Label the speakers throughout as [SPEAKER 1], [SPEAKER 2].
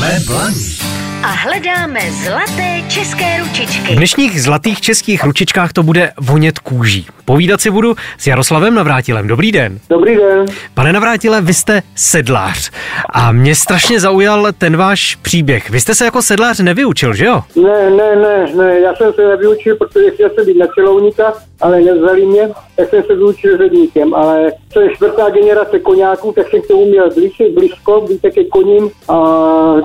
[SPEAKER 1] Máme blaník.
[SPEAKER 2] a hledáme zlaté české ručičky.
[SPEAKER 3] V dnešních zlatých českých ručičkách to bude vonět kůží. Povídat si budu s Jaroslavem Navrátilem. Dobrý den.
[SPEAKER 4] Dobrý den.
[SPEAKER 3] Pane Navrátile, vy jste sedlář. A mě strašně zaujal ten váš příběh. Vy jste se jako sedlář nevyučil, že jo?
[SPEAKER 4] Ne, ne, ne, ne, já jsem se nevyučil, protože chtěl jsem být na čelouníka, ale nevzali mě, tak jsem se vyučil ředníkem, ale to je čtvrtá generace koňáků, tak jsem k tomu měl blíž, blízko, být taky koním a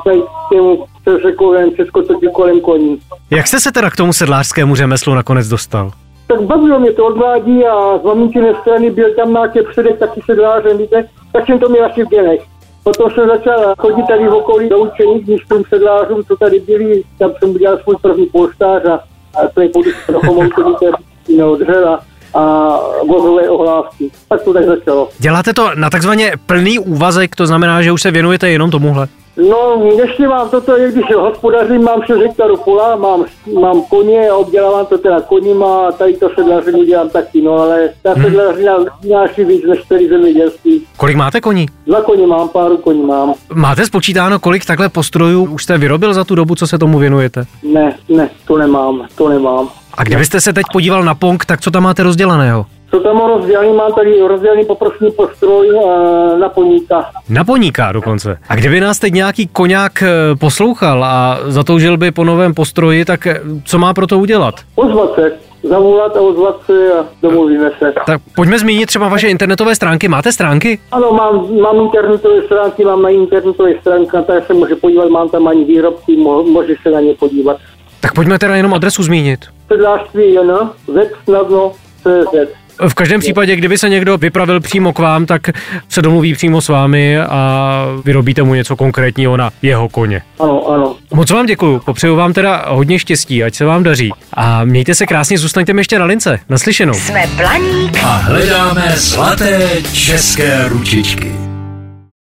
[SPEAKER 4] tady k těmu jsem se kolem, všechno točí kolem koní.
[SPEAKER 3] Jak jste se teda k tomu sedlářskému řemeslu nakonec dostal?
[SPEAKER 4] Tak bavilo mě to od mládí a z maminčiny strany byl tam nějaký předek taky sedlářem, víte, tak jsem to měl asi v genech. Potom jsem začal chodit tady v okolí do učení k mistrům sedlářům, co tady byli, tam jsem udělal svůj první polštář a, a to je podíš pro chomouku, víte, jiného dřeva a vozové ohlávky. Tak to tak začalo.
[SPEAKER 3] Děláte to na takzvaně plný úvazek, to znamená, že už se věnujete jenom tomuhle.
[SPEAKER 4] No, ještě mám toto, i když hospodařím, mám 6 hektarů pola, mám, mám koně a obdělávám to teda koníma a tady to sedlařinu dělám taky, no ale ta sedlařina přináší víc než 4 zemědělství.
[SPEAKER 3] Kolik máte koní?
[SPEAKER 4] Dva koně mám, páru koní mám.
[SPEAKER 3] Máte spočítáno, kolik takhle postrojů už jste vyrobil za tu dobu, co se tomu věnujete?
[SPEAKER 4] Ne, ne, to nemám, to nemám.
[SPEAKER 3] A kdybyste se teď podíval na Pong, tak co tam máte rozdělaného?
[SPEAKER 4] Co tam mám rozdělaný, mám tady rozdělaný poprosní postroj eh, na poníka.
[SPEAKER 3] Na poníká dokonce. A kdyby nás teď nějaký koňák eh, poslouchal a zatoužil by po novém postroji, tak eh, co má pro to udělat?
[SPEAKER 4] Ozvat se, zavolat a ozvat se a domluvíme se.
[SPEAKER 3] Tak pojďme zmínit třeba vaše internetové stránky. Máte stránky?
[SPEAKER 4] Ano, mám, mám internetové stránky, mám na internetové stránka, tak se může podívat, mám tam ani výrobky, mo, může se na ně podívat.
[SPEAKER 3] Tak pojďme teda jenom adresu zmínit.
[SPEAKER 4] Sedlářství je na web snadno CZ.
[SPEAKER 3] V každém případě, kdyby se někdo vypravil přímo k vám, tak se domluví přímo s vámi a vyrobíte mu něco konkrétního na jeho koně.
[SPEAKER 4] Ano, ano.
[SPEAKER 3] Moc vám děkuju, popřeju vám teda hodně štěstí, ať se vám daří. A mějte se krásně, zůstaňte mi ještě na lince. Naslyšenou.
[SPEAKER 2] Jsme Blaník
[SPEAKER 1] a hledáme zlaté české ručičky.